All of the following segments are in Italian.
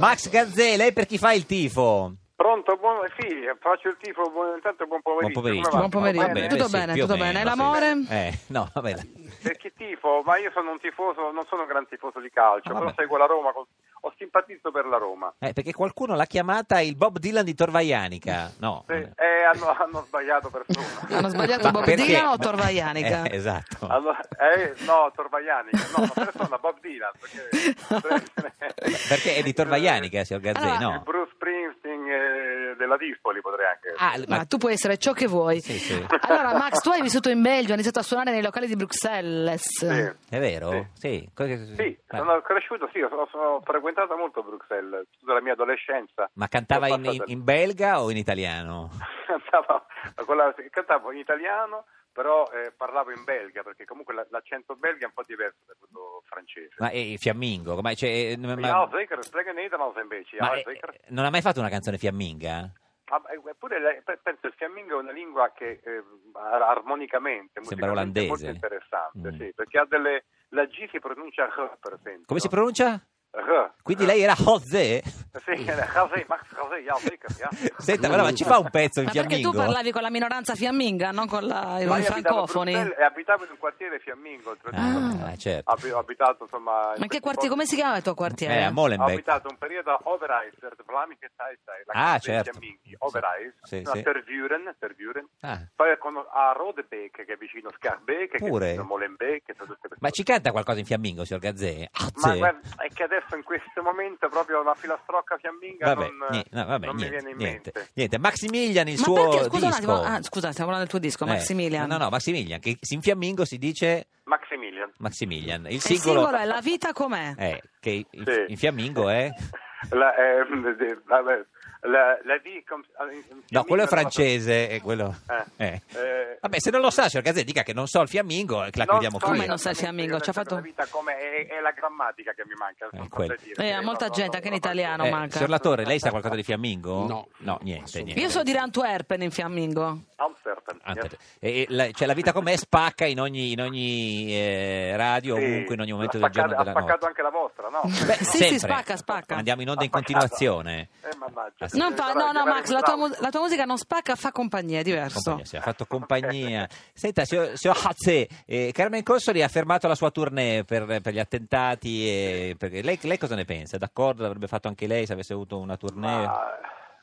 Max Gazzè, lei per chi fa il tifo? Pronto, buon... sì, faccio il tifo, buon... intanto buon pomeriggio. pomeriggio. come va? Buon Buon pomeriggio, Va bene, tutto sì, bene, più o tutto meno, bene. E sì. l'amore? Eh, no, vabbè. la- Per chi tifo? Ma io sono un tifoso, non sono un gran tifoso di calcio, Ah, però vabbè. seguo la Roma, con- ho simpatizzo per la Roma. Eh, perché qualcuno l'ha chiamata il Bob Dylan di Torvaianica. No. Sì, eh, hanno, hanno sbagliato persona. Ah, Hanno sbagliato Ma Bob perché? Dylan o Ma- Torvaianica? Eh, esatto. Allora, eh, no, Torvaiani, no, la persona, Bob Dylan, perché... Perché è di Torvaianica, signor Gazzè, Allora- Il no? Bruce Springsteen eh, della Dispoli potrei anche... Ah, ma- ma tu puoi essere ciò che vuoi. Sì, sì. Allora, Max, tu hai vissuto in Belgio, hai iniziato a suonare nei locali di Bruxelles. Sì. È vero? Sì. Co- Sì, Ma- sono cresciuto, sì, sono, sono frequentato molto Bruxelles, tutta la mia adolescenza. Ma cantava Ho in, in- passato- in belga o in italiano? cantavo, con la- cantavo in italiano, però eh, parlavo in belga, perché comunque la- l'accento belga è un po' diverso da quello francese. Ma eh, fiammingo? Ma, cioè, eh, ma- Ja, zeker, spreken Nederlands een beetje. ma, Ja, eh, zeker. non ha mai fatto una canzone fiamminga? Ah, beh, Eppure lei- pe- penso il fiammingo è una lingua che eh, ar- armonicamente, Sembra musicalmente, è molto olandese. interessante, Mm. sì, perché ha delle... La G si pronuncia R, per esempio. Come si pronuncia? R. Quindi lei era José? Sì, Gazé, Max Gazé, ja, zeker, ja. Senta, ma, no, ma ci fa un pezzo in Ma perché fiammingo? tu parlavi con la minoranza fiamminga, non con Ma la- i eh, io abitavo a francofoni? Bruxelles E abitavo in un quartiere fiammingo, oltretutto. Ah, certo. Abbi- Ho abitato, insomma... in Ma che questi quartiere, posti- come si chiama il tuo quartiere? Eh, a Ho Molenbeek. abitato un periodo a Overijsserd, Vlaamse Zeitseil, la Ah, casa dei certo. fiamminghi, Overijs, Sì, a sì. Tervuren, Tervuren. Ah. Poi con- a Rodebeek, che è vicino a Scarbeek, che Pure? è vicino a Molenbeek, che sono tutte queste Ma cose. ci canta qualcosa in fiammingo, signor Gazzè? Ma Azze. guarda, è che adesso in questo momento proprio una filastrocca fiamminga Vabbè, non, ni- no, vabbè, non mi niente, viene in niente, mente. niente. Maximilian, il Ma suo perché, scusa un disco. attimo, ah, scusa, stiamo parlando del tuo disco, Eh, Maximilian. No, no, Maximilian, che in fiammingo si dice Maximilian. Maximilian. Il E Il singolo, singolo è La vita com'è? eh, che in, Sì. in fiammingo è... La, eh, vabbè, la, la D com- in- in No, quello fiammingo è non francese, è quello... Eh. eh. Eh. Vabbè, se non lo sa, signor Gazzè, dica che non so il fiammingo e la chiudiamo so qui. eh. Come non sa il fiammingo? Ci ha fatto- La vita come è, è la grammatica che mi manca. non so quello. se dire. Eh, a molta no, gente, no, anche no, in italiano Eh, manca. signor Latorre, lei sa qualcosa di fiammingo? No. No, niente, Assolutamente. niente. Io so dire Antwerpen in fiammingo. Amsterdam, Ante- yes. e- e la, cioè, la vita com'è spacca in ogni, in ogni, eh, radio, Sì, ovunque, in ogni momento ha del giorno e spaccato- della Ha notte. spaccato anche la vostra, no? Beh, sì, Sempre. sì, spacca, spacca. Andiamo in onda in Ha spaccato. continuazione. Eh, mannaggia. Ah, sì. Non fa- no, no, Max, la tua, mu- musica la tua musica non spacca, fa compagnia, è diverso. Compagnia, sì, ha fatto compagnia. Senta, signor, signor Hatzè, eh, Carmen Consoli ha fermato la sua tournée per, per gli attentati. e- perché- lei, lei cosa ne pensa? È D'accordo? L'avrebbe fatto anche lei se avesse avuto una tournée? Ma,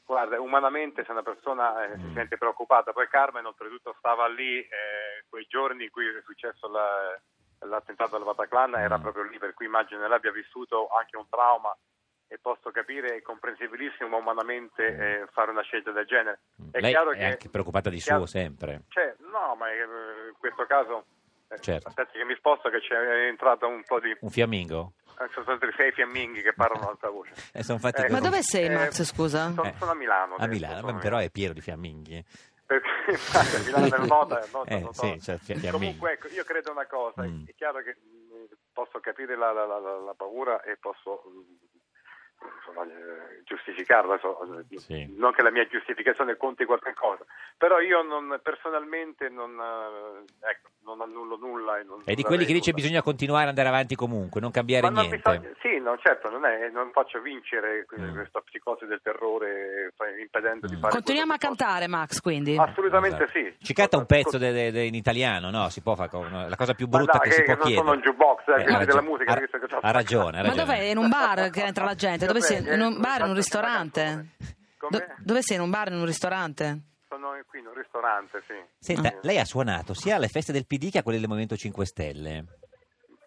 guarda, umanamente se una persona eh, Mm. si sente preoccupata, poi Carmen oltretutto stava lì eh, quei giorni in cui è successo la- l'attentato al Bataclan, era Mm. proprio lì, per cui immagino l'abbia vissuto anche un trauma e posso capire, è comprensibilissimo umanamente eh, fare una scelta del genere. È Mm. lei chiaro è che- anche preoccupata di è chiaro- suo sempre. Cioè, no, ma eh, in questo caso, eh, Certo. aspetti che mi sposto che c'è entrato un po' di... eh, Un fiammingo? sono stati sei fiamminghi che parlano ad alta voce. Eh, sono fatti Ecco. così. Ma dove sei, Max, scusa? Sono, Eh. sono a Milano. A adesso, Milano, sono beh, però è pieno di fiamminghi. Perché infatti, a Milano è nota, è nota, Eh, nota. sì, cioè, fi- fiamminghi. Comunque, ecco, io credo una cosa, Mm. è chiaro che mh, posso capire la, la- la- la- la paura e posso mh, insomma, eh, giustificarla, so- Sì. non che la mia giustificazione conti qualche cosa, però io non, personalmente non, eh, ecco, non annullo nulla. E non- È di non quelli che avrei dice nulla. bisogna continuare ad andare avanti comunque, non cambiare Ma non niente. Eh, bisogna- sì, no, certo, non, è, non faccio vincere que- Mm. questa psicosi del terrore eh, impedendo di Mm. fare Continuiamo a quello che posso. cantare, Max, quindi. Ah, Assolutamente Esatto. sì. Ci canta un Guarda, pezzo de- de- de- in italiano, no? Si può fare co- no, la cosa più Ma brutta dai, che, che- si può che non chiedere. sono un jukebox, eh, ha quindi della ragione. musica, Ha- visto che so- ha ragione, ha Ma ragione. dov'è? In un bar che entra la gente? Dove Vabbè, sei? In un eh, bar, in un faccio una ristorante? canzone. Do- Come? dove sei? In un bar, in un ristorante? Sono qui in un ristorante, sì. Senta, Ah. Sì. lei ha suonato sia alle feste del PD che a quelle del Movimento 5 Stelle.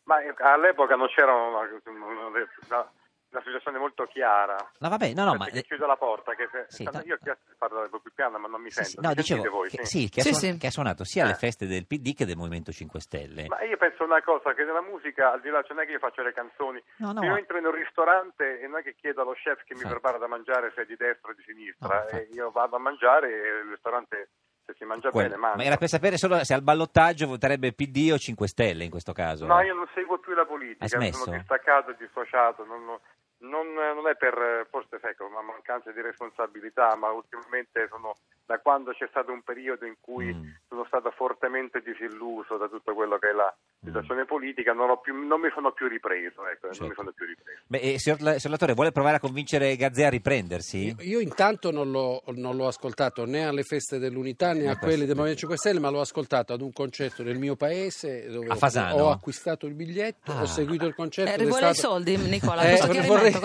Ma eh, all'epoca non c'era una, una- una- una situazione molto chiara. No, vabbè, no, no, ma... Aspetta che chiudo la porta, che se- Sì, stanno- no. io ho chiesto di parlare più piano, ma non mi Sì, sento. sì, Mi no, sentite dicevo voi, che, sì? sì, che ha Sì, suon- sì. che ha suonato sia alle Eh. feste del PD che del Movimento 5 Stelle. Ma io penso una cosa, che nella musica, al di là, cioè non è che io faccio le canzoni, No, no, io ma- entro in un ristorante e non è che chiedo allo chef che mi Infatti. prepara da mangiare se è di destra o di sinistra, No, Eh, infatti. io vado a mangiare e il ristorante se si mangia Quello. bene mangia. ma era per sapere solo se al ballottaggio voterebbe PD o 5 Stelle in questo caso. No, io non seguo più la politica, Hai smesso? sono distaccato, dissociato, non, non- non è per eh, forse ecco, una mancanza di responsabilità, ma ultimamente sono da quando c'è stato un periodo in cui Mm. sono stato fortemente disilluso da tutto quello che è la Mm. situazione politica, non, ho più- non mi sono più ripreso, ecco, Certo. non mi sono più ripreso. Beh, eh, signor, La- signor Lattore, vuole provare a convincere Gazzè a riprendersi? Io intanto non l'ho, non l'ho ascoltato né alle feste dell'Unità Eh, né a questo- quelle del Movimento 5 Stelle, ma l'ho ascoltato ad un concerto nel mio paese dove A Fasano? ho acquistato il biglietto, Ah. ho seguito il concerto. Eh, Certo, ed è vuole i stato- soldi, Nicola? Eh, Questo vorrei- chiarimento,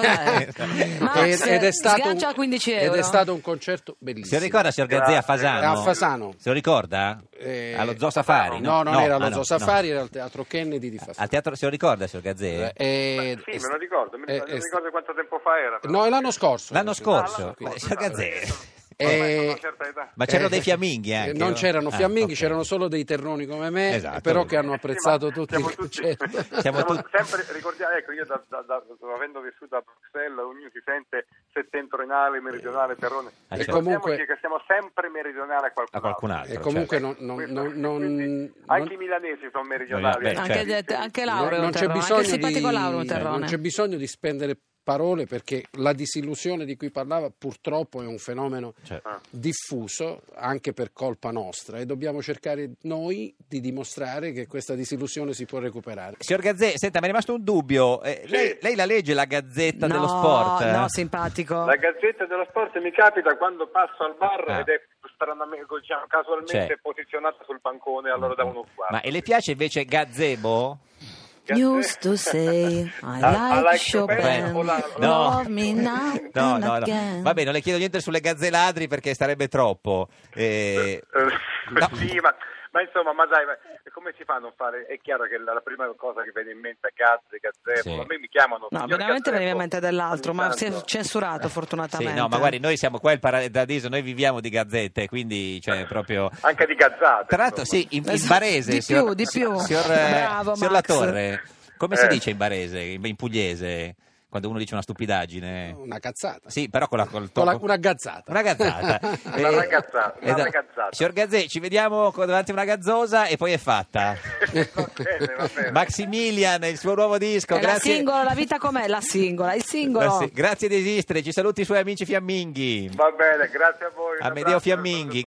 cos'è? Max, eh, ed, ed è stato sgancia un- 15 ed euro. è stato un concerto bellissimo. Se lo ricorda, signor Gazzè, a Fasano? A Fasano. Se lo ricorda? Eh, Allo Zoo Safari? No, non era ah, allo no, Zoo no. Safari, era al teatro Kennedy di Fasano. Al teatro, se lo ricorda, signor Gazzè? Eh, Sì, eh, me lo ricordo, mi eh, ricordo, eh, mi ricordo quanto tempo fa era. però. No, è l'anno scorso. L'anno scorso? Ah, l'anno Ma, signor Gazzè, Ormai sono Eh, una certa età. ma c'erano Eh, dei fiamminghi anche? eh, Non c'erano Ah, fiamminghi, ok. c'erano solo dei terroni come me, Esatto. però che hanno Eh, apprezzato sì, ma tutti siamo cioè, il concerto. Siamo siamo tutti- sempre, ricordiamo, ecco, io da- da- da- avendo vissuto a Bruxelles, ognuno si sente settentrionale, meridionale, terrone. Ah, e certo. Comunque- che siamo sempre meridionale a A qualcun altro. qualcun altro. E comunque certo. non, non- Questo- non- non- quindi non- anche i milanesi sono meridionali. Beh, ecco. certo. Anche, anche non- Lauro è un non c'è terrone, anche bisogno il simpatico di- eh, Lauro è un terrone. non c'è bisogno di spendere parole perché la disillusione di cui parlava purtroppo è un fenomeno Certo. diffuso anche per colpa nostra e dobbiamo cercare noi di dimostrare che questa disillusione si può recuperare. Signor Gazzè, senta, mi è rimasto un dubbio. Eh, lei, lei la legge la Gazzetta dello No, Sport? eh. No, simpatico. La gazzetta dello sport mi capita quando passo al bar Ah. ed è stranamente, diciamo, casualmente C'è. posizionata sul bancone, allora da uno sguardo. Ma e le piace invece Gazebo? Used to say, I Ah, like Chopin. Beh, o la- no. Love me now No, and no, no. again. Vabbè, non le chiedo niente sulle gazzeladri perché sarebbe troppo. Eh, Eh, sì, ma, ma insomma, ma dai, ma come si fa a non fare? È chiaro che la, la prima cosa che viene in mente è Gazze, Gazzebo, Sì. a me mi chiamano. No, signor veramente Gazzebo veniva in mente dell'altro, ogni ma si tanto. è censurato sì, fortunatamente. no, ma guardi, noi siamo qua il paradiso, noi viviamo di gazzette, quindi cioè proprio... Anche di gazzate. Tra l'altro, insomma. sì, in, in Di barese... più, signor- di più. Signor, eh, Bravo, signor Max. Latorre, come si Eh. dice in barese, in, in pugliese, quando uno dice una stupidaggine? Una cazzata. Sì, però con la... Col Con la- una gazzata. Una gazzata. Eh, Una ragazzata, una esatto. ragazzata. Signor Gazzè, ci vediamo co- davanti a una gazzosa e poi è fatta. va bene, va bene. Maximilian, il suo nuovo disco. È la grazie. singola, la vita com'è? La singola, il singolo. Grazie- Grazie di esistere, ci saluti i suoi amici fiamminghi. Va bene, grazie a voi. un Amedeo abbraccio. Fiamminghi.